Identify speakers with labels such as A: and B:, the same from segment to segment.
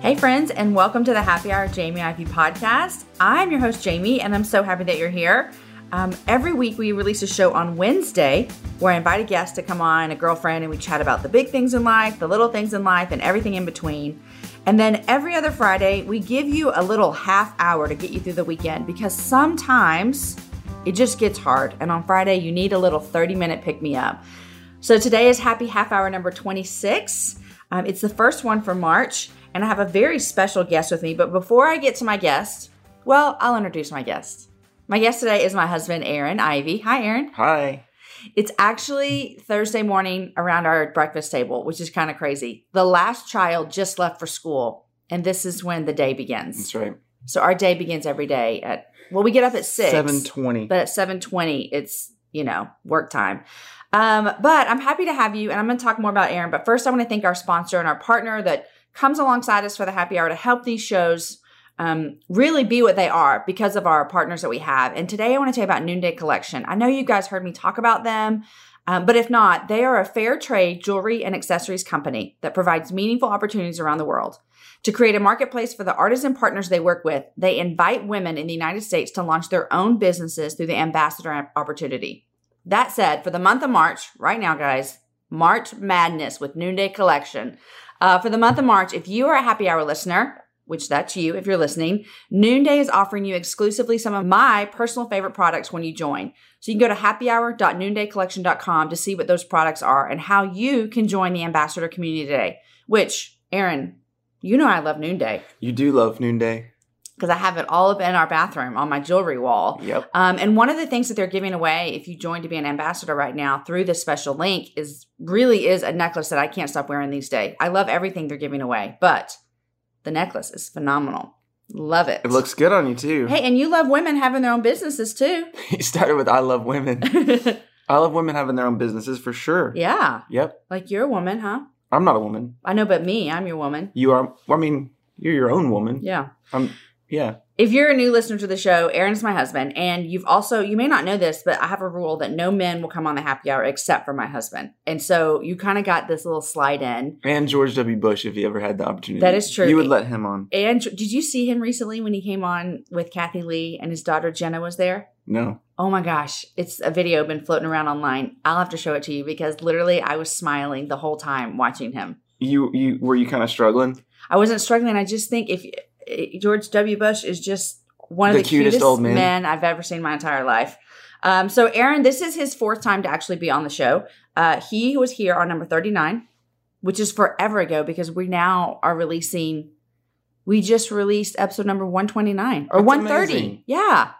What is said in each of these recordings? A: Hey, friends, and welcome to the Happy Hour Jamie Ivy podcast. I'm your host, Jamie, and I'm so happy that you're here. Um, every week, we release a show on Wednesday where I invite a guest to come on, a girlfriend, and we chat about the big things in life, the little things in life, and everything in between. And then every other Friday, we give you a little half hour to get you through the weekend because sometimes it just gets hard. And on Friday, you need a little 30 minute pick me up. So today is happy half hour number 26. Um, it's the first one for March, and I have a very special guest with me. But before I get to my guest, well, I'll introduce my guest. My guest today is my husband, Aaron Ivy. Hi, Aaron.
B: Hi.
A: It's actually Thursday morning around our breakfast table, which is kind of crazy. The last child just left for school, and this is when the day begins.
B: That's right.
A: So our day begins every day at, well, we get up at 6.
B: Seven twenty.
A: But at 7:20, it's, you know, work time. Um, but I'm happy to have you and I'm going to talk more about Aaron, but first I want to thank our sponsor and our partner that comes alongside us for the happy hour to help these shows um, really be what they are because of our partners that we have. And today I want to tell you about Noonday Collection. I know you guys heard me talk about them. Um, but if not, they are a fair trade jewelry and accessories company that provides meaningful opportunities around the world. To create a marketplace for the artists and partners they work with, they invite women in the United States to launch their own businesses through the ambassador opportunity. That said, for the month of March, right now, guys, March Madness with Noonday Collection. Uh, for the month of March, if you are a happy hour listener, which that's you if you're listening, Noonday is offering you exclusively some of my personal favorite products when you join. So you can go to happyhour.noondaycollection.com to see what those products are and how you can join the ambassador community today, which, Aaron, you know I love Noonday
B: You do love noonday.
A: because I have it all up in our bathroom on my jewelry wall.
B: Yep.
A: Um, and one of the things that they're giving away, if you join to be an ambassador right now through this special link, is really is a necklace that I can't stop wearing these days. I love everything they're giving away, but the necklace is phenomenal. Love it.
B: It looks good on you too.
A: Hey, and you love women having their own businesses too.
B: You started with I love women. I love women having their own businesses for sure.
A: yeah,
B: Yep.
A: like you're a woman, huh?
B: I'm not a woman.
A: I know, but me, I'm your woman.
B: You are well, I mean, you're your own woman.
A: Yeah.
B: I'm yeah.
A: If you're a new listener to the show, Aaron's my husband, and you've also you may not know this, but I have a rule that no men will come on the happy hour except for my husband. And so you kind of got this little slide in.
B: And George W. Bush if you ever had the opportunity.
A: That is true.
B: You would let him on.
A: And did you see him recently when he came on with Kathy Lee and his daughter Jenna was there?
B: No.
A: Oh my gosh, it's a video been floating around online. I'll have to show it to you because literally I was smiling the whole time watching him.
B: You you were you kind of struggling?
A: I wasn't struggling. I just think if eh, George W. Bush is just one of the,
B: The cutest old man.
A: men I've ever seen in my entire life. Um, so, Aaron, this is his fourth time to actually be on the show. Uh, he was here on number 39, which is forever ago because we now are releasing, we just released episode number 129 or
B: That's
A: 130.
B: amazing.
A: Yeah.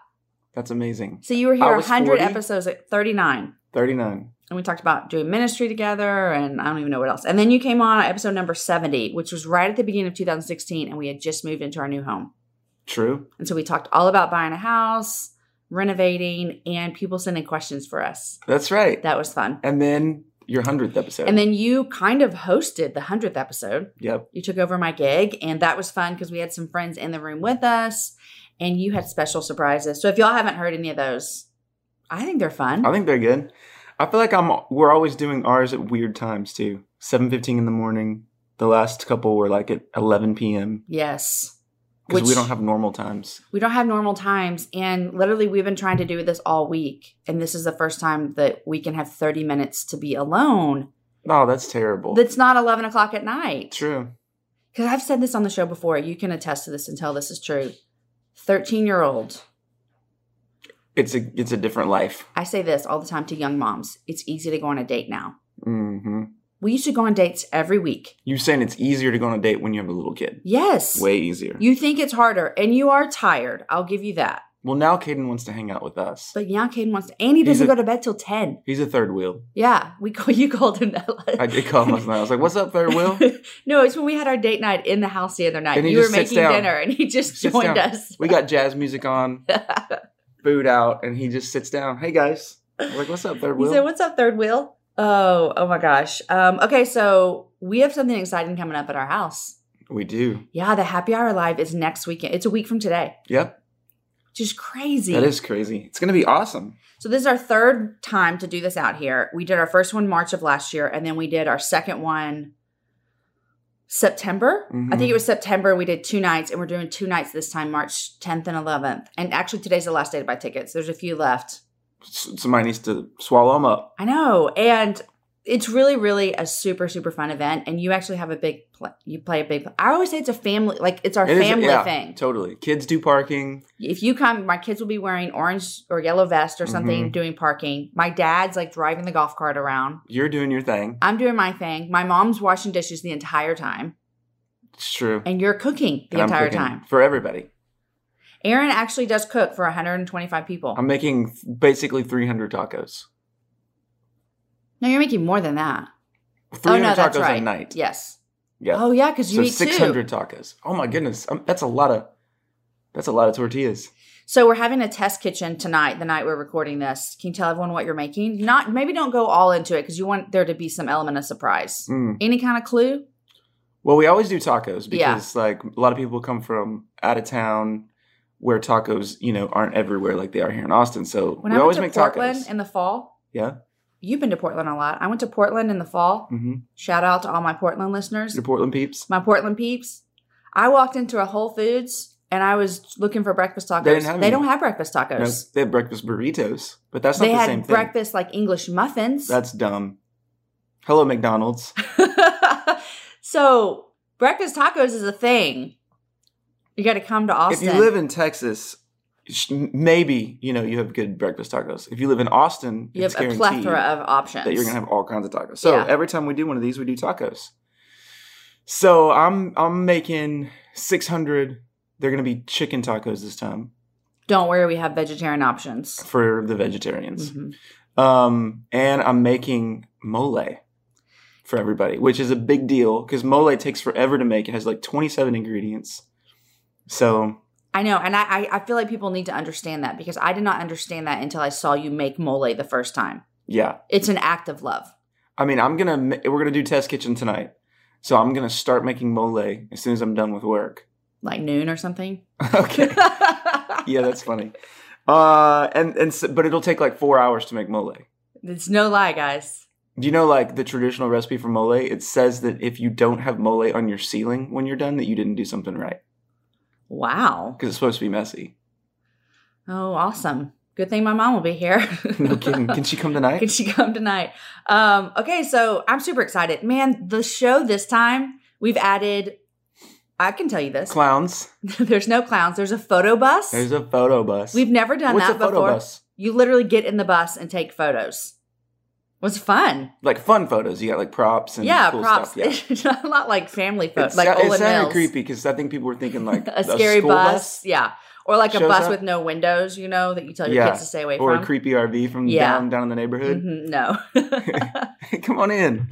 B: That's amazing.
A: So, you were here
B: I
A: 100
B: was 40?
A: episodes at 39.
B: 39.
A: And we talked about doing ministry together and I don't even know what else. And then you came on episode number 70, which was right at the beginning of 2016, and we had just moved into our new home.
B: True.
A: And so we talked all about buying a house, renovating, and people sending questions for us.
B: That's right.
A: That was fun.
B: and then your 100th episode.
A: And then you kind of hosted the 100th episode.
B: yep.
A: You took over my gig, and that was fun because we had some friends in the room with us, and you had special surprises. So if y'all haven't heard any of those, I think they're fun.
B: I think they're good. I feel like I'm. We're always doing ours at weird times too. Seven fifteen in the morning. The last couple were like at eleven p.m.
A: yes.
B: because we
A: Which-
B: don't have normal times.
A: We don't have normal times. And literally, we've been trying to do this all week. And this is the first time that we can have 30 minutes to be alone.
B: Oh, that's terrible.
A: That's not 11 o'clock at night.
B: True.
A: because I've said this on the show before. You can attest to this and tell this is true. 13 year old,
B: It's a it's a different life.
A: I say this all the time to young moms it's easy to go on a date now.
B: Mm-hmm.
A: We used to go on dates every week.
B: You're saying it's easier to go on a date when you have a little kid.
A: Yes.
B: Way easier.
A: You think it's harder and you are tired. I'll give you that.
B: well, now Caden wants to hang out with us.
A: But now Caden wants to, and he
B: He's
A: doesn't
B: a-
A: go to bed till 10.
B: He's a third wheel.
A: Yeah. We call, you called him that.
B: I did call him last night. I was like, "What's up, third wheel?"
A: no, it's when we had our date night in the house the other night.
B: And he
A: you were
B: just sits
A: making
B: down.
A: dinner and he just
B: Sits
A: joined
B: down.
A: us.
B: We got jazz music on, food out, and he just sits down. Hey guys, I was like, "What's up, third
A: He
B: wheel?"
A: said, "What's up, third wheel?" Oh, oh my gosh. Um, okay, so we have something exciting coming up at our house.
B: we do.
A: Yeah, the happy hour live is next weekend. It's a week from today.
B: Yep,
A: Just crazy.
B: that is crazy. It's gonna be awesome.
A: So this is our third time to do this out here. We did our first one March of last year, and then we did our second one September. I
B: Mm-hmm.
A: think it was September. We did two nights, and we're doing two nights this time, March 10th and 11th. And actually, today's the last day to buy tickets. There's a few left.
B: S- somebody needs to swallow them up.
A: I know, and it's really, really a super, super fun event. And you actually have a big, pl- you play a big. I always say it's a family, like it's our
B: It is-
A: family
B: yeah,
A: thing.
B: Totally. Kids do parking.
A: If you come, my kids will be wearing orange or yellow vest or
B: Mm-hmm.
A: something, doing parking. My dad's like driving the golf cart around.
B: You're doing your thing.
A: I'm doing my thing. My mom's washing dishes the entire time,
B: It's true.
A: and you're cooking the
B: And I'm
A: entire
B: cooking
A: time.
B: for everybody.
A: Aaron actually does cook for 125 people.
B: I'm making basically 300 tacos.
A: no, you're making more than that.
B: 300
A: oh no,
B: tacos
A: that's right.
B: a night.
A: Yes.
B: Yeah.
A: Oh yeah, because you
B: so
A: eat two.
B: 600 tacos. Oh my goodness, um, that's a lot of that's a lot of tortillas.
A: So we're having a test kitchen tonight, the night we're recording this. Can you tell everyone what you're making? Not maybe don't go all into it because you want there to be some element of surprise.
B: Mm.
A: Any kind of clue?
B: Well, we always do tacos
A: Yeah.
B: because like a lot of people come from out of town where tacos, you know, aren't everywhere like they are here in Austin. So
A: When I
B: we
A: went
B: always
A: to
B: make
A: Portland
B: tacos.
A: in the fall,
B: yeah.
A: you've been to Portland a lot. I went to Portland in the fall.
B: Mm-hmm.
A: Shout out to all my Portland listeners,
B: Your Portland peeps.
A: my Portland peeps. I walked into a Whole Foods and I was looking for breakfast tacos.
B: They didn't have any.
A: don't have breakfast
B: No,
A: tacos.
B: they have breakfast burritos, but that's not
A: they
B: the
A: had
B: same thing.
A: breakfast like English muffins.
B: That's dumb. Hello, McDonald's.
A: so breakfast tacos is a thing. You got to come to Austin.
B: If you live in Texas, sh- maybe you know you have good breakfast tacos. If you live in Austin,
A: you
B: it's
A: have a
B: guaranteed
A: plethora of options.
B: that you're gonna have all kinds of tacos. So
A: Yeah.
B: every time we do one of these, we do tacos. So I'm I'm making 600. They're gonna be chicken tacos this time
A: Don't worry, we have vegetarian options.
B: for the vegetarians.
A: Mhm.
B: Um, and I'm making mole for everybody, which is a big deal because mole takes forever to make. It has like 27 ingredients. So
A: I know, and I, I I feel like people need to understand that because I did not understand that until I saw you make mole the first time.
B: yeah,
A: It's an act of love.
B: I mean, I'm gonna ma- we're gonna do test kitchen tonight, so I'm gonna start making mole as soon as I'm done with work.
A: Like noon or something.
B: okay. Yeah, that's funny. Uh, and and so, but it'll take like four hours to make mole.
A: it's no lie, guys.
B: Do you know like the traditional recipe for mole? It says that if you don't have mole on your ceiling when you're done, that you didn't do something right
A: Wow.
B: because it's supposed to be messy.
A: Oh, awesome. Good thing my mom will be here.
B: No kidding. Can she come
A: Can
B: tonight?
A: she come tonight? Um, okay, so I'm super excited. Man, the show this time, we've added, I can tell you this.
B: Clowns.
A: There's no clowns. There's a photo bus.
B: There's a photo bus.
A: We've never done
B: What's
A: that
B: a photo
A: before.
B: bus?
A: You literally get in the bus and take photos. It was fun.
B: Like fun photos. You got like props and
A: yeah,
B: cool
A: props.
B: stuff. Yeah.
A: It's not a lot like family photos,
B: It's-
A: like
B: it
A: Olin
B: sounded
A: Mills.
B: creepy because I think people were thinking like
A: a scary
B: school
A: bus. Yeah. Or like a
B: shows
A: bus
B: up.
A: with no windows, you know, that you tell your
B: Yeah.
A: kids to stay away
B: or
A: from.
B: a creepy RV from
A: Yeah.
B: down down in the neighborhood.
A: Mhm, no.
B: Come on in.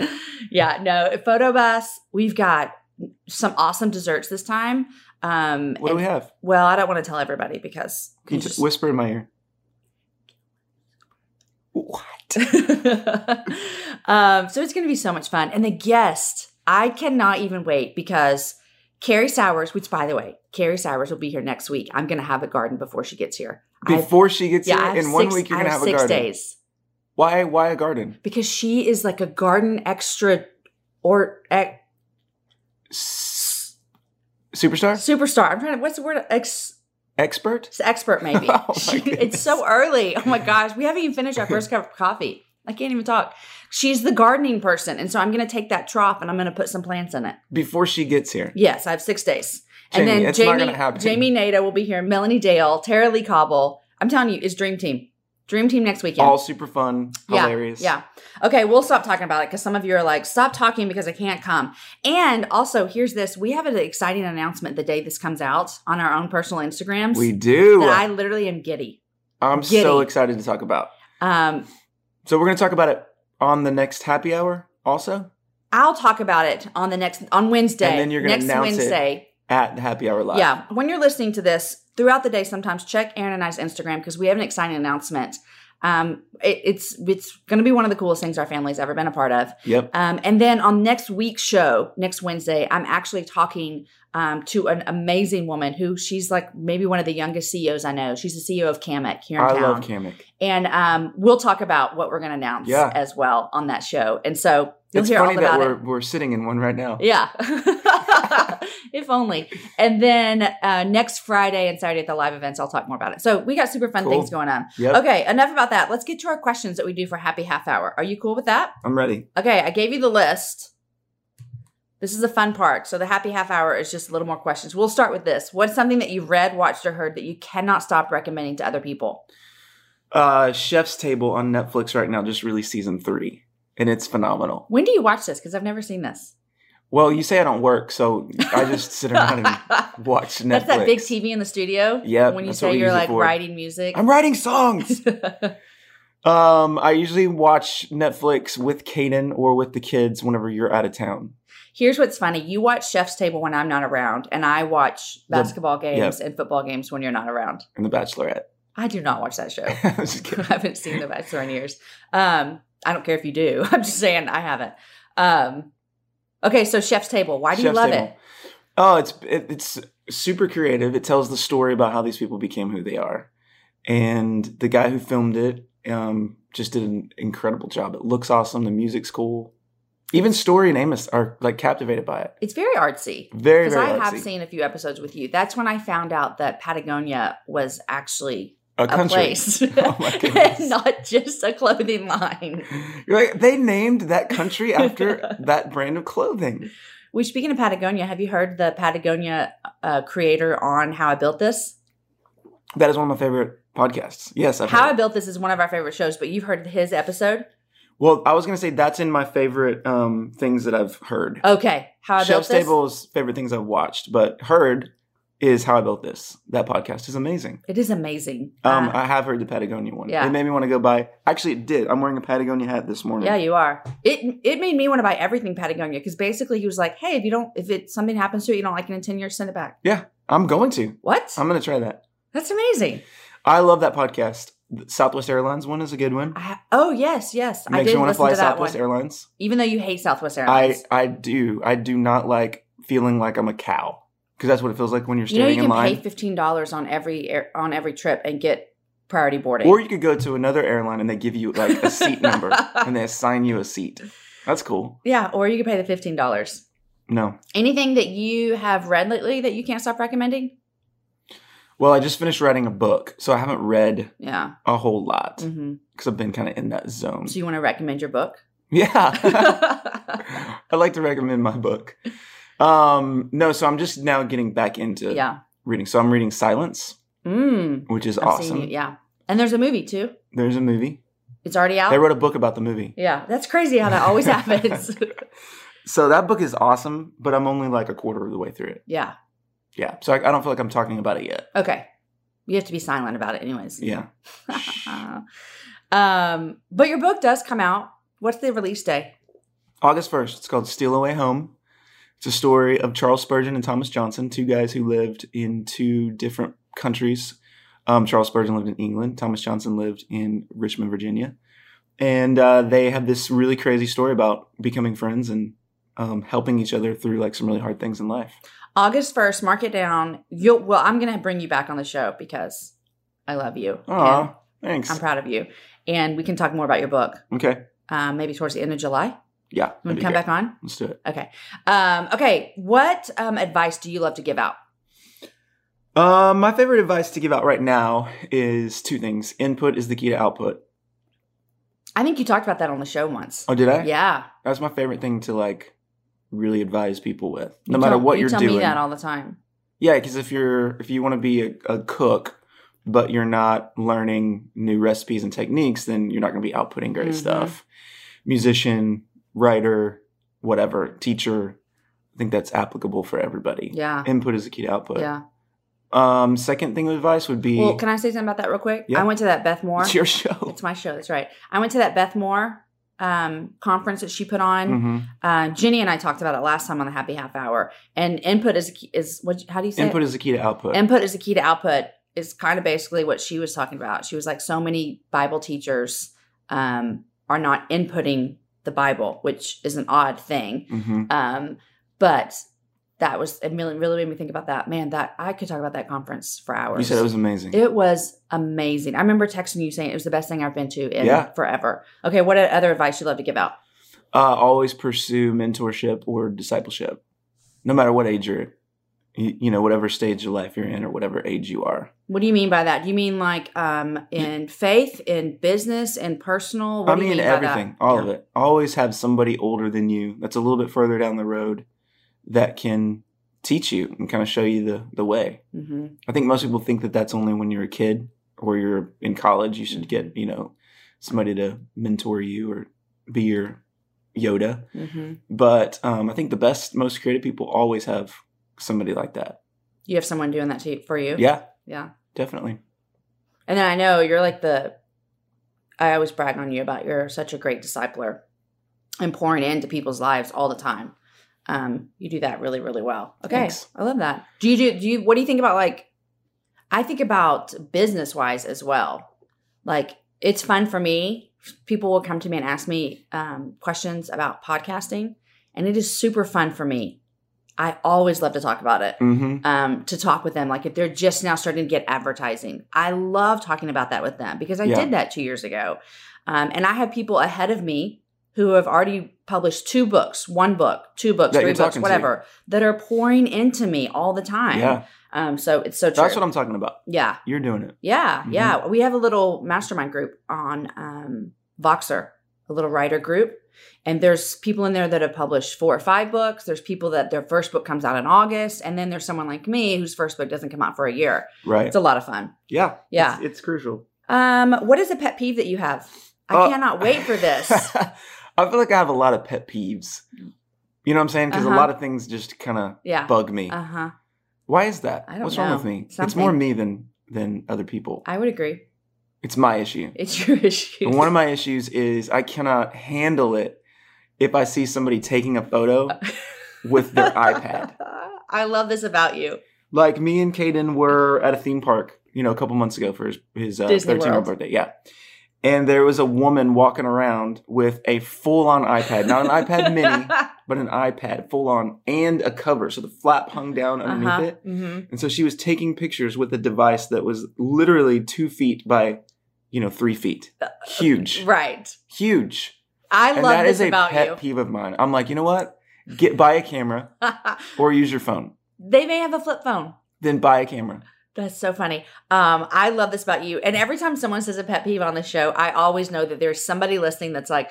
A: yeah, no. Photo bus. We've got some awesome desserts this time. Um,
B: What do
A: and-
B: we have?
A: Well, I don't want to tell everybody because
B: Can you
A: you
B: just whisper in my ear? What?
A: um, so it's going to be so much fun. And the guest, I cannot even wait because Carrie Sowers, which by the way, Carrie Sowers will be here next week. I'm going to have a garden before she gets here. I've-
B: Before she gets
A: yeah, I
B: here,
A: have
B: in one
A: six-
B: week you're
A: I
B: gonna have,
A: have
B: a
A: six
B: garden.
A: days
B: Why? Why a garden?
A: because she is like a garden extra or ex-
B: S- Superstar
A: superstar. I'm trying to. What's the word? Ex,
B: expert.
A: expert maybe.
B: Oh, my
A: She- it's
B: goodness.
A: so early. Oh my gosh, we haven't even finished our first cup of coffee. I can't even talk. She's the gardening person, and so I'm going to take that trough and I'm going to put some plants in it.
B: Before she gets here,
A: Yes, I have six days,
B: Jamie,
A: and then
B: it's not
A: Jamie,
B: gonna happen.
A: Jamie Nada will be here. Melanie Dale, Tara Lee Cobble. I'm telling you, it's dream team. Dream Team next weekend.
B: All super fun,
A: Yeah,
B: hilarious.
A: Yeah. Okay, we'll stop talking about it because some of you are like, stop talking because I can't come. And also, here's this we have an exciting announcement the day this comes out on our own personal Instagrams.
B: We do.
A: That I literally am giddy.
B: I'm
A: Giddy.
B: so excited to talk about.
A: Um,
B: So we're going to talk about it on the next happy hour also
A: I'll talk about it on the next on Wednesday.
B: And then you're gonna
A: next
B: announce it
A: Wednesday.
B: at the happy hour live.
A: Yeah. When you're listening to this throughout the day, sometimes check Aaron and I's Instagram because we have an exciting announcement. Um, it, it's it's going to be one of the coolest things our family's ever been a part of.
B: Yep.
A: Um, and then on next week's show, next Wednesday, I'm actually talking um, to an amazing woman who she's like maybe one of the youngest CEOs I know. She's the CEO of Kamek here in
B: I
A: town.
B: love Kamek.
A: and um, we'll talk about what we're going to announce
B: Yeah.
A: as well on that show. And so you'll
B: It's
A: hear all
B: funny that
A: about
B: we're,
A: it.
B: we're sitting in one right now.
A: Yeah. if only. And then uh, next Friday and Saturday at the live events, I'll talk more about it. So we got super fun
B: Cool.
A: things going on.
B: Yep.
A: Okay, enough about that. Let's get to our questions that we do for Happy Half Hour. Are you cool with that?
B: I'm ready.
A: Okay, I gave you the list. This is the fun part. So the happy half hour is just a little more questions. We'll start with this. What's something that you've read, watched, or heard that you cannot stop recommending to other people?
B: Uh, Chef's Table on Netflix right now just released season three, and it's phenomenal.
A: When do you watch this? Because I've never seen this.
B: Well, you say I don't work, so I just sit around and
A: That's
B: watch Netflix.
A: that big TV in the studio.
B: Yep,
A: When you
B: that's what
A: say
B: we
A: you're
B: use it
A: like
B: for.
A: writing music.
B: I'm writing songs. um, I usually watch Netflix with Kaden or with the kids whenever you're out of town.
A: Here's what's funny. You watch Chef's Table when I'm not around, and I watch
B: The-
A: basketball games and football games when you're not around.
B: And The Bachelorette.
A: I do not watch that show.
B: I'm just
A: I
B: kidding.
A: haven't seen The Bachelor in years. Um, I don't care if you do. I'm just saying I haven't. Um, okay, so Chef's Table. Why do you
B: Chef's
A: love
B: Table.
A: it?
B: Oh, it's it, it's super creative. It tells the story about how these people became who they are, and the guy who filmed it um, just did an incredible job. It looks awesome. The music's cool. Even Story and Amos are like captivated by it.
A: It's very artsy.
B: Very
A: Because
B: very
A: I have
B: artsy.
A: seen a few episodes with you. That's when I found out that Patagonia was actually
B: a
A: a
B: country.
A: place,
B: Oh my goodness.
A: and not just a clothing line.
B: You're like they named that country after that brand of clothing.
A: We speaking of Patagonia. Have you heard the Patagonia uh, creator on How I Built This?
B: That is one of my favorite podcasts. Yes, I've
A: How
B: heard
A: I
B: it.
A: Built This is one of our favorite shows, but you've heard his episode.
B: Well, I was gonna say that's in my favorite um, things that I've heard.
A: Okay, How I Built
B: Chef's
A: This.
B: Table's favorite things I've watched, but heard is How I Built This. That podcast is amazing.
A: It is amazing.
B: Um,
A: Uh,
B: I have heard the Patagonia one.
A: yeah.
B: It made me want to go buy. Actually, it did. I'm wearing a Patagonia hat this morning.
A: Yeah, you are. It it made me want to buy everything Patagonia because basically he was like, "Hey, if you don't, if it something happens to it, you don't like it in ten years, send it back."
B: I'm going to.
A: What?
B: I'm going to try that.
A: That's amazing.
B: I love that podcast. The Southwest Airlines one is a good one.
A: I ha- oh yes, yes, I
B: Makes
A: did
B: you want
A: listen
B: to fly
A: to that
B: Southwest
A: one.
B: Airlines.
A: Even though you hate Southwest
B: I,
A: Airlines,
B: I do. I do not like feeling like I'm a cow because that's what it feels like when you're
A: you know
B: standing
A: you can
B: in
A: pay
B: line.
A: fifteen dollars on every air, on every trip and get priority boarding.
B: Or you could go to another airline and they give you like a seat number and they assign you a seat. That's cool.
A: yeah, or you can pay the fifteen dollars.
B: No,
A: Anything that you have read lately that you can't stop recommending?
B: Well, I just finished writing a book, so I haven't read
A: Yeah.
B: a whole lot because
A: hmm
B: I've been kind of in that zone.
A: So you want to recommend your book?
B: Yeah, I'd like to recommend my book. Um, no, so I'm just now getting back into
A: yeah.
B: reading. So I'm reading Silence,
A: Mm.
B: which is
A: I've seen
B: awesome.
A: you- Yeah. And there's a movie too.
B: There's a movie.
A: It's already out.
B: They wrote a book about the movie.
A: yeah, that's crazy how that always happens.
B: So that book is awesome, but I'm only like a quarter of the way through it.
A: yeah.
B: Yeah, so I, I don't feel like I'm talking about it yet.
A: Okay. You have to be silent about it, anyways.
B: Yeah,
A: um, but your book does come out. What's the release day?
B: August 1st. It's called Steal Away Home. It's a story of Charles Spurgeon and Thomas Johnson, two guys who lived in two different countries. Um, Charles Spurgeon lived in England, Thomas Johnson lived in Richmond, Virginia. And uh, they have this really crazy story about becoming friends and um, helping each other through like some really hard things in life.
A: August first. Mark it down. You'll. Well, I'm gonna bring you back on the show because I love you.
B: Aw,
A: And
B: thanks.
A: I'm proud of you, and we can talk more about your book.
B: okay.
A: Um, maybe towards the end of July.
B: Yeah.
A: You want
B: that'd
A: to
B: be
A: come
B: great.
A: back on?
B: Let's do it.
A: Okay. Um, okay. What um, advice do you love to give out?
B: Um, my favorite advice to give out right now is two things input is the key to output.
A: I think you talked about that on the show once.
B: Oh, did I?
A: Yeah.
B: That's my favorite thing to like really advise people with, no
A: You
B: matter
A: tell-
B: what
A: you
B: you're
A: tell
B: doing.
A: me that all the time.
B: yeah, because if you're if you want to be a, a cook, but you're not learning new recipes and techniques, then you're not going to be outputting great
A: Mhm.
B: stuff. Musician, writer, whatever, teacher, I think that's applicable for everybody.
A: Yeah.
B: Input is the key to output.
A: Yeah.
B: Um, second thing of advice would be
A: Well, can I say something about that real quick?
B: Yeah.
A: I went to that Beth Moore.
B: it's your show.
A: It's my show. That's right. I went to that Beth Moore um, conference that she put on.
B: Mhm.
A: Uh, Jenny and I talked about it last time on the Happy Half Hour. And input is a key, is what? How do you say
B: Input
A: It?
B: is the key to output.
A: input is the key to output is kind of basically what she was talking about. She was like, so many Bible teachers um, are not inputting the Bible, which is an odd thing.
B: Mhm.
A: Um, but that was it really, really made me think about that. Man, that I could talk about that conference for hours.
B: You said it was amazing.
A: It was amazing. I remember texting you saying it was the best thing I've been to in
B: Yeah.
A: forever. Okay, what other advice you'd love to give out?
B: uh, always pursue mentorship or discipleship, no matter what age you're, you, you know, whatever stage of life you're in or whatever age you are.
A: What do you mean by that? Do you mean like um, in faith, in business, in personal? What
B: I
A: do you
B: mean,
A: mean by that?
B: everything, all of it. Always have somebody older than you that's a little bit further down the road that can teach you and kind of show you the, the way.
A: Mhm.
B: I think most people think that that's only when you're a kid or you're in college. You should get, you know, somebody to mentor you or be your Yoda.
A: hmm
B: But um, I think the best, most creative people always have somebody like that.
A: You have someone doing that to you, for you.
B: Yeah,
A: Yeah.
B: definitely.
A: And then I know you're like the, I always brag on you about you're such a great discipler and pouring into people's lives all the time. Um, you do that really, really well. Okay.
B: Thanks.
A: I love that. Do you do, do you, what do you think about like, I think about business wise as well. Like it's fun for me. People will come to me and ask me um, questions about podcasting and it is super fun for me. I always love to talk about it.
B: Mm-hmm.
A: um, to talk with them. Like if they're just now starting to get advertising, I love talking about that with them because I
B: Yeah.
A: did that two years ago. Um, and I have people ahead of me who have already published two books, one book, two books,
B: That
A: three
B: you're
A: books,
B: talking to.
A: whatever, that are pouring into me all the time.
B: Yeah,
A: Um, so it's so true.
B: that's what I'm talking about.
A: yeah.
B: You're doing it.
A: Yeah.
B: Mhm.
A: Yeah. We have a little mastermind group on um, Voxer, a little writer group. And there's people in there that have published four or five books. There's people that their first book comes out in August. And then there's someone like me whose first book doesn't come out for a year.
B: Right.
A: It's a lot of fun.
B: yeah.
A: Yeah.
B: It's, it's crucial.
A: Um, what is a pet peeve that you have? I
B: Uh,
A: cannot wait for this.
B: I feel like I have a lot of pet peeves. You know what I'm saying? Because
A: Uh-huh.
B: a lot of things just kind of
A: Yeah.
B: bug me.
A: Uh huh.
B: Why is that?
A: I don't
B: What's wrong
A: know.
B: with me? It's
A: Something.
B: more me than than other people.
A: I would agree.
B: It's my issue.
A: It's your issue.
B: And one of my issues is I cannot handle it if I see somebody taking a photo with their iPad.
A: I love this about you.
B: Like me and Caden were at a theme park, you know, a couple months ago for his his uh,
A: Disney
B: 13 year
A: World.
B: old birthday. Yeah. And there was a woman walking around with a full on iPad, not an iPad mini, but an iPad full on and a cover. So the flap hung down underneath
A: uh-huh.
B: it.
A: hmm
B: And so she was taking pictures with a device that was literally two feet by, you know, three feet. Huge.
A: Right.
B: Huge.
A: Uh, I
B: and
A: love
B: that
A: this
B: is a
A: about
B: pet
A: you.
B: peeve of mine. I'm like, you know what? Get buy a camera or use your phone.
A: they may have a flip phone.
B: Then buy a camera.
A: That's so funny. Um, I love this about you. And every time someone says a pet peeve on the show, I always know that there's somebody listening that's like,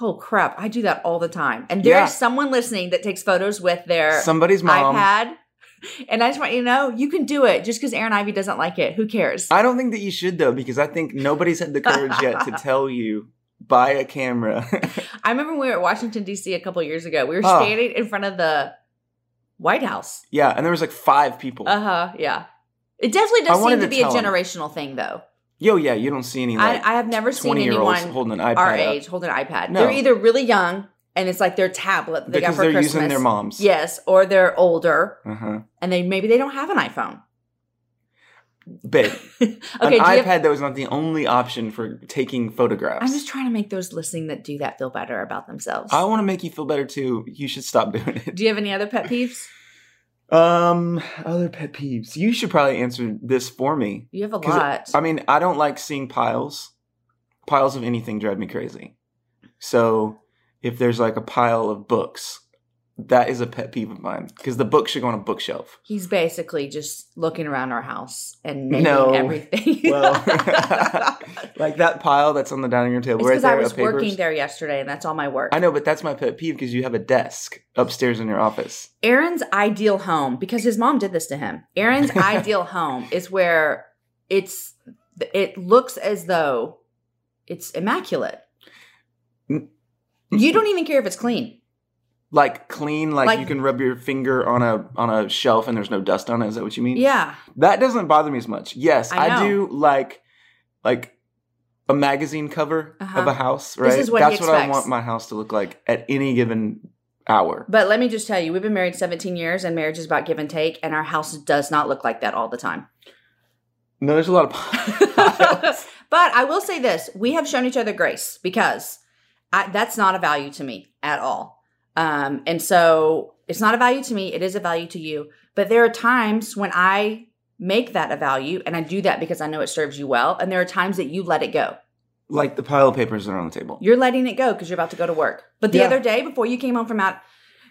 A: "Oh crap, I do that all the time." And there's
B: Yeah.
A: someone listening that takes photos with their
B: Somebody's mom.
A: Er, iPad. And I just want you to know, you can do it. Just because Aaron Ivy doesn't like it, who cares?
B: I don't think that you should though, because I think nobody's had the courage yet to tell you buy a camera.
A: I remember when we were at Washington D.C. a couple years ago. We were
B: Oh.
A: standing in front of the White House.
B: yeah, and there was like five people.
A: Uh huh. Yeah. It definitely
B: Oh. I
A: does
B: wanted
A: seem to
B: to
A: be a
B: tell 'em.
A: generational thing, though.
B: Yo, yeah, you don't see any like
A: I, I have never seen
B: twenty year olds
A: anyone
B: holding an iPad.
A: our
B: up
A: age hold an iPad.
B: No.
A: They're either really young and it's like their tablet that they got
B: because
A: for
B: they're
A: Christmas.
B: using their moms.
A: Yes, or they're older
B: Uh huh.
A: and they maybe they don't have an iPhone.
B: Babe,
A: Okay,
B: an
A: do you
B: iPad
A: have,
B: that was not the only option for taking photographs.
A: I'm just trying to make those listening that do that feel better about themselves.
B: I want to make you feel better too. You should stop doing it.
A: do you have any other pet peeves?
B: Um, other pet peeves. You should probably answer this for me.
A: You have a
B: 'Cause
A: lot.
B: I mean, I don't like seeing piles. Piles of anything drive me crazy. So if there's like a pile of books, that is a pet peeve of mine because the book should go on a bookshelf.
A: He's basically just looking around our house and naming
B: No.
A: everything.
B: Well, like that pile that's on the dining room table
A: it's
B: right
A: because
B: there.
A: I was
B: of papers.
A: working there yesterday and that's all my work.
B: I know, but that's my pet peeve because you have a desk upstairs in your office.
A: Aaron's ideal home, because his mom did this to him. Aaron's ideal home is where it's it looks as though it's immaculate.
B: Mm.
A: You don't even care if it's clean.
B: Like clean, like,
A: Like-
B: you can rub your finger on a on a shelf and there's no dust on it. Is that what you mean?
A: Yeah.
B: That doesn't bother me as much. Yes,
A: I
B: I,
A: know.
B: do like like a magazine cover
A: Uh-huh.
B: of a house, right?
A: is what he
B: That's what I
A: expects.
B: want my house to look like at any given hour.
A: But let me just tell you, we've been married 17 years and marriage is about give and take and our house does not look like that all the time.
B: No, there's a lot of
A: but I will say this: we have shown each other grace because I, that's not a value to me at all. Um, and so it's not a value to me; it is a value to you. But there are times when I make that a value, and I do that because I know it serves you well. And there are times that you let it go.
B: like the pile of papers that are on the table.
A: You're letting it go because you're about to go to work. But the
B: Yeah.
A: other day, before you came home from out,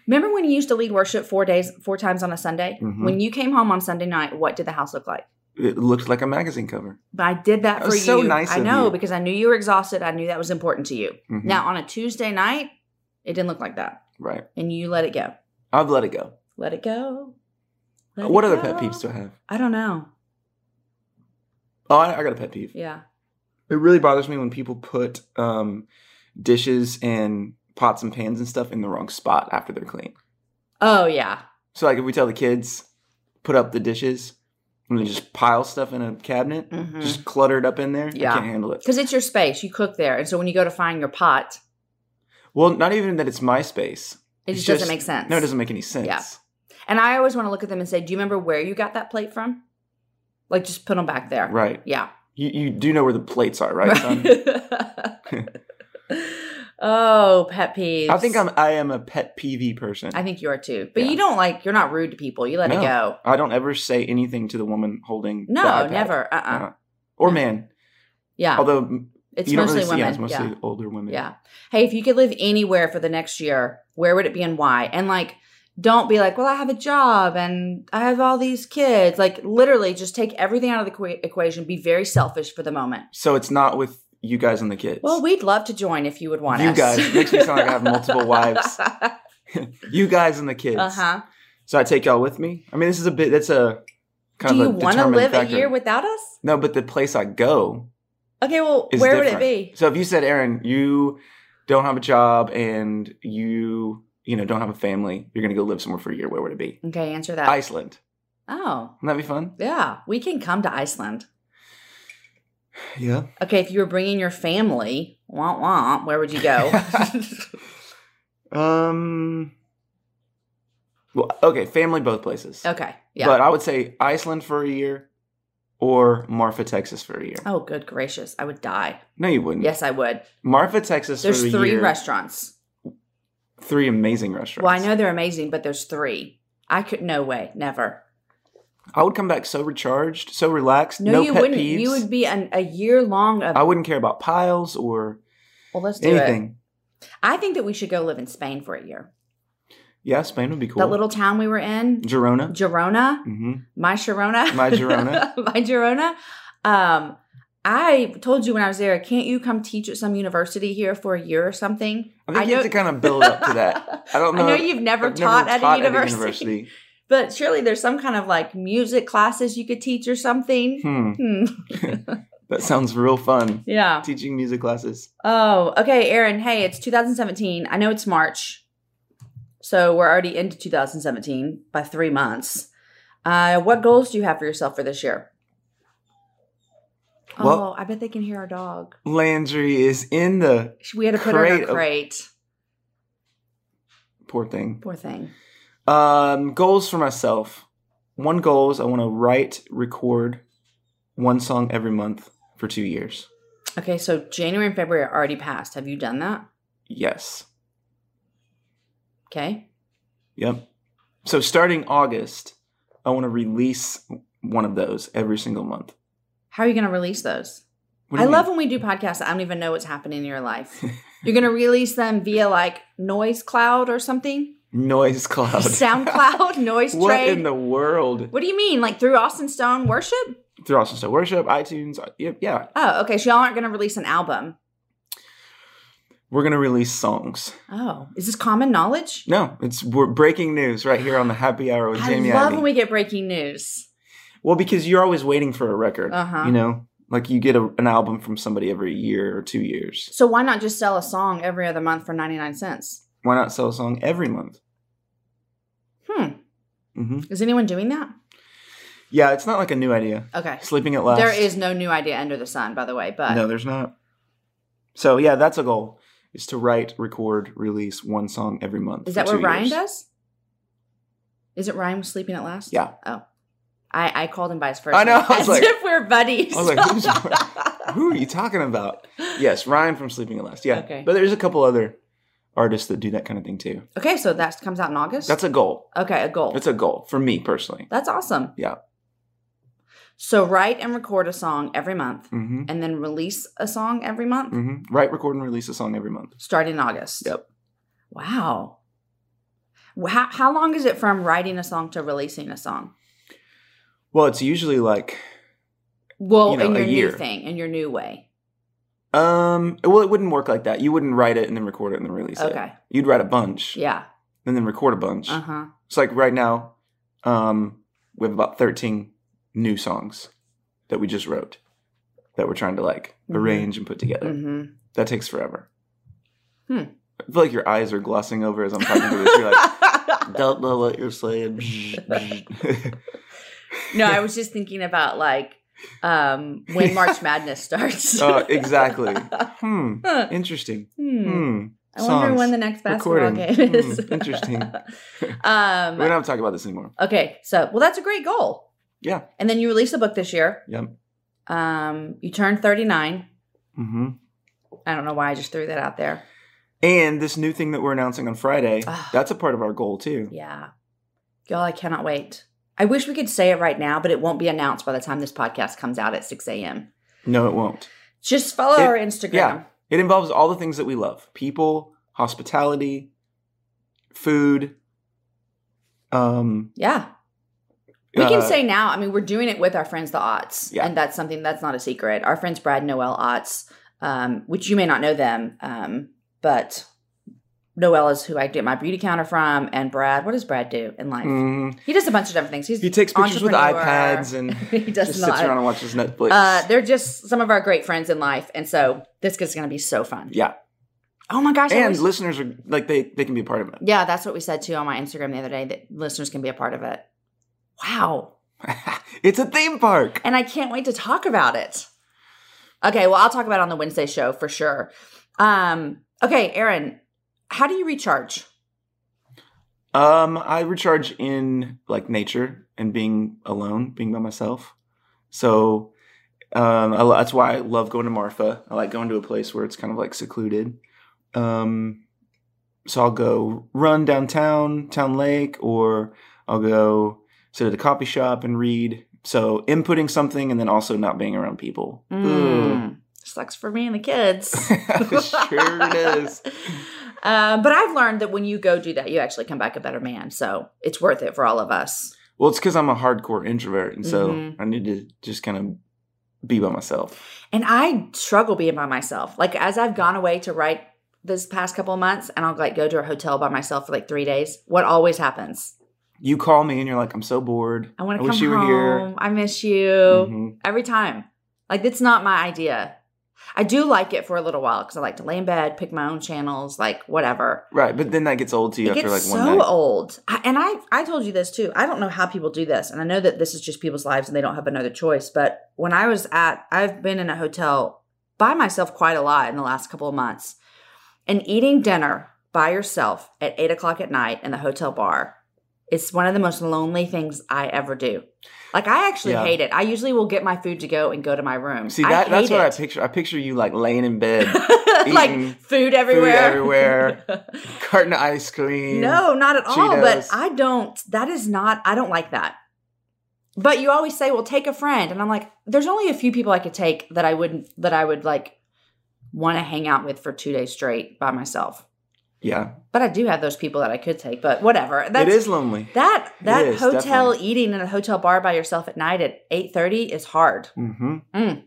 A: remember when you used to lead worship four days, four times on a Sunday?
B: Mhm.
A: When you came home on Sunday night, what did the house look like?
B: It looked like a magazine cover.
A: But I did that,
B: That
A: for
B: was so
A: you.
B: nice
A: I
B: of
A: know
B: you.
A: because I knew you were exhausted. I knew that was important to you.
B: Mhm.
A: Now on a Tuesday night, it didn't look like that,
B: right.
A: and you let it go.
B: I've let it go.
A: Let it go. Let it
B: what other pet
A: go.
B: peeves do I have?
A: I don't know.
B: Oh, I, I got a pet peeve.
A: Yeah.
B: It really bothers me when people put um, dishes and pots and pans and stuff in the wrong spot after they're clean.
A: Oh yeah.
B: So, like, if we tell the kids put up the dishes and they just pile stuff in a cabinet,
A: Because
B: just cluttered up in there,
A: Mm-hmm. Yeah.
B: I can't handle it.
A: it's your space. You cook there, and so when you go to find your pot,
B: Well, not even that it's my space.
A: it
B: It's
A: just, doesn't
B: just-
A: make sense.
B: No, it doesn't make any sense.
A: Yeah. And I always want to look at them and say, "Do you remember where you got that plate from?" Like just put them back there.
B: Right.
A: Yeah.
B: You, you do know where the plates are, right? son?
A: oh, pet peeves.
B: I think I'm I am a pet peeve person.
A: I think you are too. But
B: Yeah.
A: you don't like you're not rude to people. You let it
B: No.
A: go.
B: I don't ever say anything to the woman holding. the
A: No,
B: iPad.
A: never. Uh uh
B: No. Or man,
A: Yeah.
B: although mm,
A: it's
B: you don't
A: mostly
B: really see yeah, it's
A: women.
B: mostly
A: Yeah.
B: older women.
A: Yeah. Hey, if you could live anywhere for the next year, where would it be and why? And like don't be like, well, I have a job and I have all these kids. Like, literally, just take everything out of the que- equation. Be very selfish for the moment.
B: So it's not with you guys and the kids.
A: Well, we'd love to join if you would want
B: You
A: us.
B: guys. It makes me sound like I have multiple wives.
A: uh
B: you guys and the kids.
A: huh.
B: So I take y'all with me. I mean, this is a bit. That's a
A: Do
B: kind
A: you
B: of a
A: want to
B: determining
A: live
B: factor.
A: a year without us?
B: No, but the place I go
A: Okay, well,
B: is
A: where
B: different.
A: would it be?
B: So if you said, Aaron, you don't have a job and you you know don't have a family, you're gonna go live somewhere for a year. Where would it be?
A: Okay, answer that.
B: Iceland.
A: oh,
B: Wouldn't that be fun?
A: yeah. We can come to Iceland.
B: Yeah.
A: Okay, if you were bringing your family, womp womp, where would you go?
B: Um. Well, okay, family both places.
A: okay, yeah.
B: But I would say Iceland for a year or Marfa, Texas for a year.
A: oh, good gracious. I would die.
B: No, you wouldn't.
A: Yes, I would.
B: Marfa, Texas
A: There's
B: for a
A: three
B: year.
A: restaurants.
B: three amazing restaurants.
A: Well, I know they're amazing, but there's three. I could, no way, never.
B: I would come back so recharged, so relaxed.
A: No,
B: No,
A: you
B: pet
A: wouldn't.
B: peeves.
A: You would be an, a year long of.
B: I wouldn't care about piles or
A: well, let's do it.
B: anything.
A: I think that we should go live in Spain for a year.
B: Yeah, Spain would be cool.
A: That little town we were in,
B: Girona.
A: Girona,
B: hmm
A: my Sharona,
B: My Girona.
A: my Girona. Um, I told you when I was there, can't you come teach at some university here for a year or something?
B: I think you have to kind of build up to that. I don't know.
A: I know you've never,
B: I've
A: taught, at, a
B: taught
A: university, but surely there's some kind of like music classes you could teach or something.
B: Hmm,
A: Hmm.
B: that sounds real fun.
A: Yeah.
B: Teaching music classes.
A: Oh, okay, Aaron. Hey, it's 2017. I know it's March, so we're already into 2017 by three months. Uh, what goals do you have for yourself for this year?
B: Well-
A: oh, I bet they can hear our dog.
B: Landry is in the
A: She- We had to put her in
B: Crate
A: a
B: of-
A: crate.
B: poor thing.
A: Poor thing.
B: Um, goals for myself. One goal is I want to write, record one song every month for two years.
A: Okay, so January and February are already passed. Have you done that?
B: Yes.
A: Okay.
B: Yep. So starting August, I want to release one of those every single month.
A: How are you going to release those?
B: What do
A: I
B: you
A: love
B: mean?
A: when we do podcasts. I don't even know what's happening in your life. You're going to release them via like Noise Cloud or something,
B: Noise Cloud.
A: SoundCloud, Noise
B: what
A: Trade.
B: in the world?
A: What do you mean? Like through Austin Stone worship?
B: Through Austin Stone Worship, iTunes. uh, Yep. Yeah.
A: Oh, okay. So y'all aren't going to release an album.
B: We're gonna release songs.
A: Oh, is this common knowledge?
B: No, it's we're breaking news right here on the Happy Hour with
A: I
B: Jamie.
A: love
B: Ivey.
A: when we get breaking news.
B: Well, because you're always waiting for a record.
A: Uh-huh.
B: You know, like you get a, an album from somebody every year or two years.
A: So why not just sell a song every other month for 99 cents?
B: Why not sell a song every month?
A: Hmm.
B: hmm
A: Is anyone doing that?
B: Yeah, it's not like a new idea.
A: Okay.
B: Sleeping at last.
A: There is no new idea under the sun, by the way, but
B: no, there's not. So yeah, that's a goal: is to write, record, release one song every month.
A: is
B: for
A: that what
B: two
A: Ryan
B: years.
A: does? Is it Ryan sleeping at last?
B: Yeah.
A: Oh. I, I called him by his first
B: I know,
A: name,
B: I was
A: as
B: like-
A: if we're buddies.
B: I was like, who's- Who are you talking about? Yes, Ryan from Sleeping at Last. Yeah,
A: Okay.
B: but there's a couple other artists that do that kind of thing too.
A: Okay, so that comes out in August?
B: That's a goal.
A: okay, a goal.
B: That's a goal for me personally.
A: That's awesome.
B: Yeah.
A: So write and record a song every month
B: Mm-hmm.
A: and then release a song every month
B: Mm-hmm. Write, record, and release a song every month.
A: starting in August.
B: Yep.
A: Wow. Wh- How, how long is it from writing a song to releasing a song?
B: Well, it's usually like
A: Well,
B: You know,
A: in
B: a
A: your
B: year.
A: new thing, in your new way.
B: Um. Well, it wouldn't work like that. You wouldn't write it and then record it and then release it.
A: Okay.
B: You'd write a bunch
A: Yeah.
B: and then record a bunch.
A: Uh huh.
B: It's like right now, um, we have about thirteen new songs that we just wrote that we're trying to like
A: Mhm.
B: arrange and put together.
A: hmm
B: That takes forever.
A: Hmm.
B: I feel like your eyes are glossing over as I'm talking to this. You're like, don't know what you're saying.
A: no, I was just thinking about like um, when March Madness starts.
B: uh, exactly. Hmm.
A: Huh.
B: Interesting.
A: Hmm.
B: Hmm.
A: I wonder when
B: Songs.
A: the next basketball
B: Recording.
A: game is.
B: Hmm, interesting.
A: um,
B: We're not gonna talk about this anymore.
A: Okay, so well, that's a great goal.
B: Yeah.
A: And then you release a book this year.
B: Yep.
A: Um, you turn thirty nine.
B: hmm
A: I don't know why I just threw that out there.
B: And this new thing that we're announcing on Friday,
A: Ah.
B: that's a part of our goal too.
A: Yeah, y'all, I cannot wait. I wish we could say it right now, but it won't be announced by the time this podcast comes out at six a.m.
B: No, it won't.
A: Just follow
B: It-
A: our Instagram.
B: yeah. It involves all the things that we love people, hospitality, food. Um,
A: Yeah. We can
B: uh,
A: say now, I mean, we're doing it with our friends, the Otts.
B: Yeah.
A: And that's something that's not a secret. Our friends, Brad and Noel Otts, um, which you may not know them, um, but Noel is who I get my beauty counter from. And Brad, what does Brad do in life?
B: mm,
A: He does a bunch of different things. He's
B: he takes pictures with
A: entrepreneur.
B: iPads and
A: he does
B: just
A: not.
B: sits around and watches Netflix.
A: uh, they're just some of our great friends in life. And so this is going to be so fun.
B: yeah.
A: Oh my gosh. I
B: And
A: wish-
B: listeners are like, they, they can be a part of it.
A: yeah, that's what we said too on my Instagram the other day that listeners can be a part of it. Wow.
B: it's a theme park.
A: and I can't wait to talk about it. Okay, well, I'll talk about it on the Wednesday show for sure. Um, okay, Aaron, how do you recharge?
B: Um, I recharge in like nature and being alone, being by myself. So um, I, lo- that's why I love going to Marfa. I like going to a place where it's kind of like secluded. Um, so I'll go run downtown, town lake, or I'll go sit at a coffee shop and read. So inputting something and then also not being around people. Ooh.
A: Mm, Sucks for me and the kids.
B: sure it is.
A: Um, but I've learned that when you go do that, you actually come back a better man. So it's worth it for all of us.
B: Well, it's because I'm a hardcore introvert, and so
A: Mhm.
B: I need to just kind of be by myself.
A: And I struggle being by myself. Like as I've gone away to write this past couple months, and I'll like go to a hotel by myself for like three days. What always happens?
B: You call me and you're like, I'm so bored.
A: I want
B: I
A: to
B: wish
A: come
B: you were
A: home.
B: here.
A: I miss you.
B: Mhm.
A: every time. Like that's not my idea. I do like it for a little while because I like to lay in bed, pick my own channels, like whatever.
B: Right, but then that gets old to you
A: it
B: after
A: gets
B: like one
A: so
B: night.
A: old, I, and I I told you this too. I don't know how people do this, and I know that this is just people's lives and they don't have another choice. But when I was at, I've been in a hotel by myself quite a lot in the last couple of months, and eating dinner by yourself at eight o'clock at night in the hotel bar. It's one of the most lonely things I ever do. Like I actually
B: Yeah.
A: hate it. I usually will get my food to go and go to my room.
B: See,
A: I
B: that, that's
A: hate
B: what I
A: it.
B: picture. I picture you like laying in bed, Eating
A: like food everywhere.
B: everywhere. carton of ice cream.
A: no, not at all. But
B: Mm, Cheetos.
A: I don't. That is not. I don't like that. But you always say, "Well, take a friend," and I'm like, "There's only a few people I could take that I wouldn't. That I would like want to hang out with for two days straight by myself."
B: Yeah,
A: But I do have those people that I could take. But whatever. That's,
B: it is lonely.
A: that that
B: is,
A: hotel
B: definitely.
A: eating in a hotel bar by yourself at night at eight thirty is hard.
B: Mm-hmm.
A: I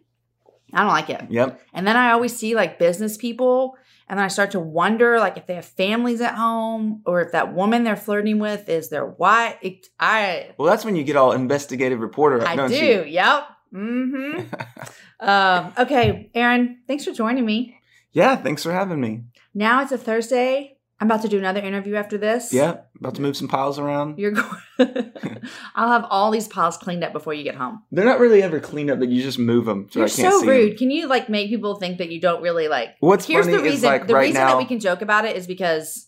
A: don't like it.
B: Yep.
A: And then I always see like business people, and And then I start to wonder, like, if they have families at home or if that woman they're flirting with is their wife. It- I
B: Well, that's when you get all investigative reporter.
A: I
B: don't
A: do.
B: You?
A: Yep. Mm-hmm. um, okay, Aaron, thanks for joining me.
B: Yeah. Thanks for having me.
A: Now it's a Thursday. I'm about to do another interview after this.
B: Yeah. About to move some piles around.
A: You're going. I'll have all these piles cleaned up before you get home.
B: They're not really ever cleaned up. That you just move them. So
A: You're
B: I can't
A: so
B: see 'em.
A: rude. Can you like make people think that you don't really like?
B: What's
A: Here's
B: funny
A: the reason.
B: is like
A: the
B: right
A: reason
B: now.
A: that we can joke about it is because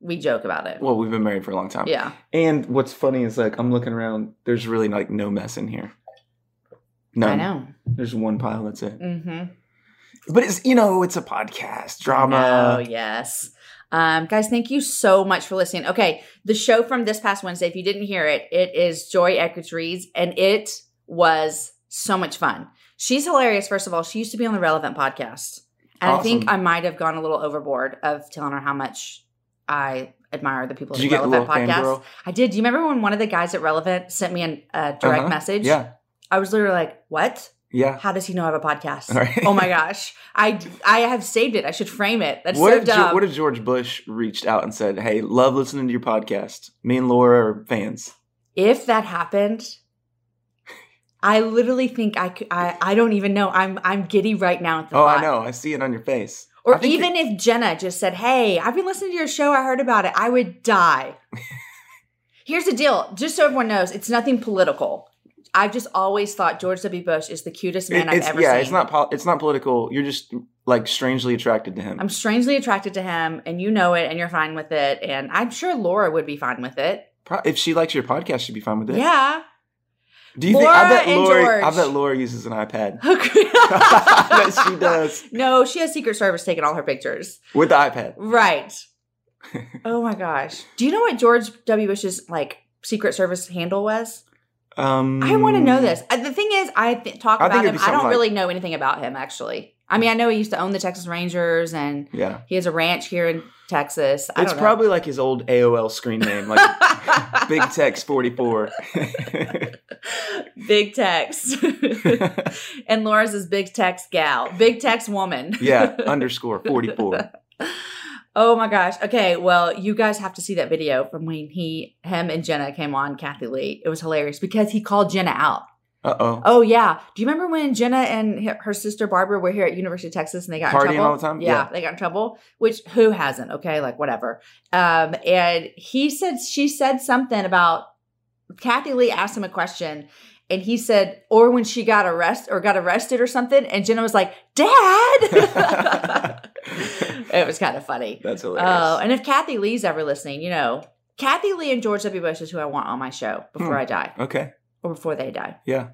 A: we joke about it.
B: well, we've been married for a long time.
A: yeah.
B: And what's funny is like I'm looking around. There's really like no mess in here. No.
A: I know.
B: There's one pile. That's it.
A: Mm-hmm.
B: But it's you know it's a podcast
A: Oh
B: drama.
A: yes. Um, guys, thank you so much for listening. Okay, the show from this past Wednesday, if you didn't hear it, it is Joy Eckert Reads, and it was so much fun. She's hilarious, first of all. She used to be on the Relevant podcast. And I think I
B: Awesome.
A: might have gone a little overboard of telling her how much I admire the people
B: Did
A: at
B: you get the
A: Relevant
B: little
A: podcast.
B: fangirl?
A: I did. Do you remember when one of the guys at Relevant sent me an- a direct
B: Uh-huh.
A: message?
B: Yeah.
A: I was literally like, what?
B: Yeah.
A: How does he know I have a podcast?
B: All right.
A: Oh my gosh. I I have saved it. I should frame it. That's
B: What
A: so
B: if, Ge-
A: dumb.
B: what if George Bush reached out and said, "Hey, love listening to your podcast. Me and Laura are fans."
A: if that happened, I literally think I could I, I don't even know. I'm I'm giddy right now at the
B: Oh,
A: thought.
B: I know. I see it on your face. I
A: Or
B: think
A: even if Jenna just said, Hey, I've been listening to your show, I heard about it, I would die. Here's the deal, just so everyone knows, it's nothing political. I've just always thought George W. Bush is the cutest
B: It-
A: man I've
B: it's,
A: ever
B: yeah,
A: seen.
B: it's not pol- it's not political. You're just like strangely attracted to him.
A: I'm strangely attracted to him, and you know it, and you're fine with it. And I'm sure Laura would be fine with it.
B: Pro- if she likes your podcast, she'd be fine with it.
A: Yeah.
B: Do you think? I
A: Laura
B: bet
A: and
B: Laura. I
A: George.
B: bet Laura uses an iPad.
A: Okay.
B: she does
A: No, she has Secret Service taking all her pictures.
B: with the iPad.
A: Right. oh my gosh. Do you know what George W. Bush's like Secret Service handle was?
B: Um,
A: I want to know this. Uh, The thing is, I th- talk
B: I think
A: about
B: it'd
A: him.
B: be
A: I
B: something
A: don't
B: like-
A: really know anything about him actually. I mean, I know he used to own the Texas Rangers, and
B: Yeah,
A: he has a ranch here in Texas. I
B: it's
A: don't know.
B: probably like his old AOL screen name, like Big Text Forty Four.
A: big text. and Laura's is big text gal, big text woman.
B: yeah, underscore forty four.
A: Oh my gosh. Okay. Well, you guys have to see that video from when he, him, and Jenna came on Kathy Lee. It was hilarious because he called Jenna out.
B: Uh oh.
A: Oh yeah. Do you remember when Jenna and her- her sister Barbara were here at University of Texas and they got in
B: Partying
A: trouble
B: all the time?
A: Yeah,
B: Yeah.
A: they got in trouble. Which who hasn't? Okay, like whatever. Um, and he said she said something about Kathy Lee asked him a question, and he said, or when she got arrested or got arrested or something, and Jenna was like, "Dad." it was kind of funny.
B: That's
A: Oh,
B: hilarious.
A: and if Kathy Lee's ever listening, you know. Kathy Lee and George W. Bush is who I want on my show before
B: Hmm.
A: I die
B: okay.
A: or before they die.
B: Yeah.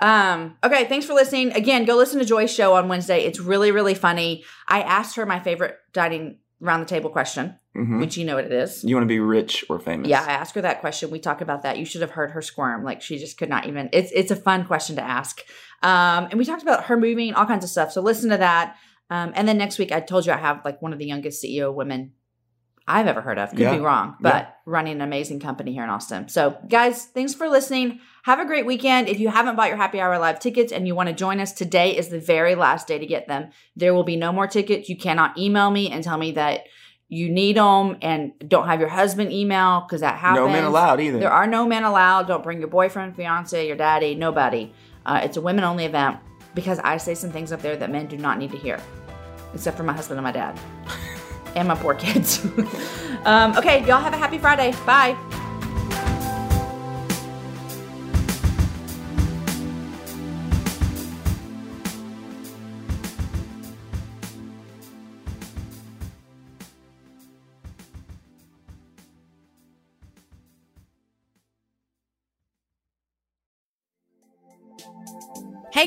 A: Um, okay, thanks for listening. Again, go listen to Joy's show on Wednesday. It's really, really funny. I asked her my favorite dining round the table question,
B: hmm
A: which you know what it is.
B: You want to be rich or famous?
A: Yeah, I asked her that question. We talked about that. You should have heard her squirm. Like she just could not even. It's it's a fun question to ask. Um, and we talked about her moving, and all kinds of stuff. So listen to that. Um, and then next week, I told you I have like one of the youngest CEO women I've ever heard of. Could
B: Yeah.
A: be wrong,
B: Yeah.
A: but running an amazing company here in Austin. So guys, thanks for listening. Have a great weekend. If you haven't bought your happy hour live tickets and you want to join us, today is the very last day to get them. There will be no more tickets. You cannot email me and tell me that you need them and don't have your husband email because that happens.
B: No men allowed either.
A: There are no men allowed. Don't bring your boyfriend, fiance, your daddy, nobody. Uh, it's a women only event because I say some things up there that men do not need to hear, except for my husband and my dad and my poor kids. um, okay, y'all have a happy Friday. Bye. Hey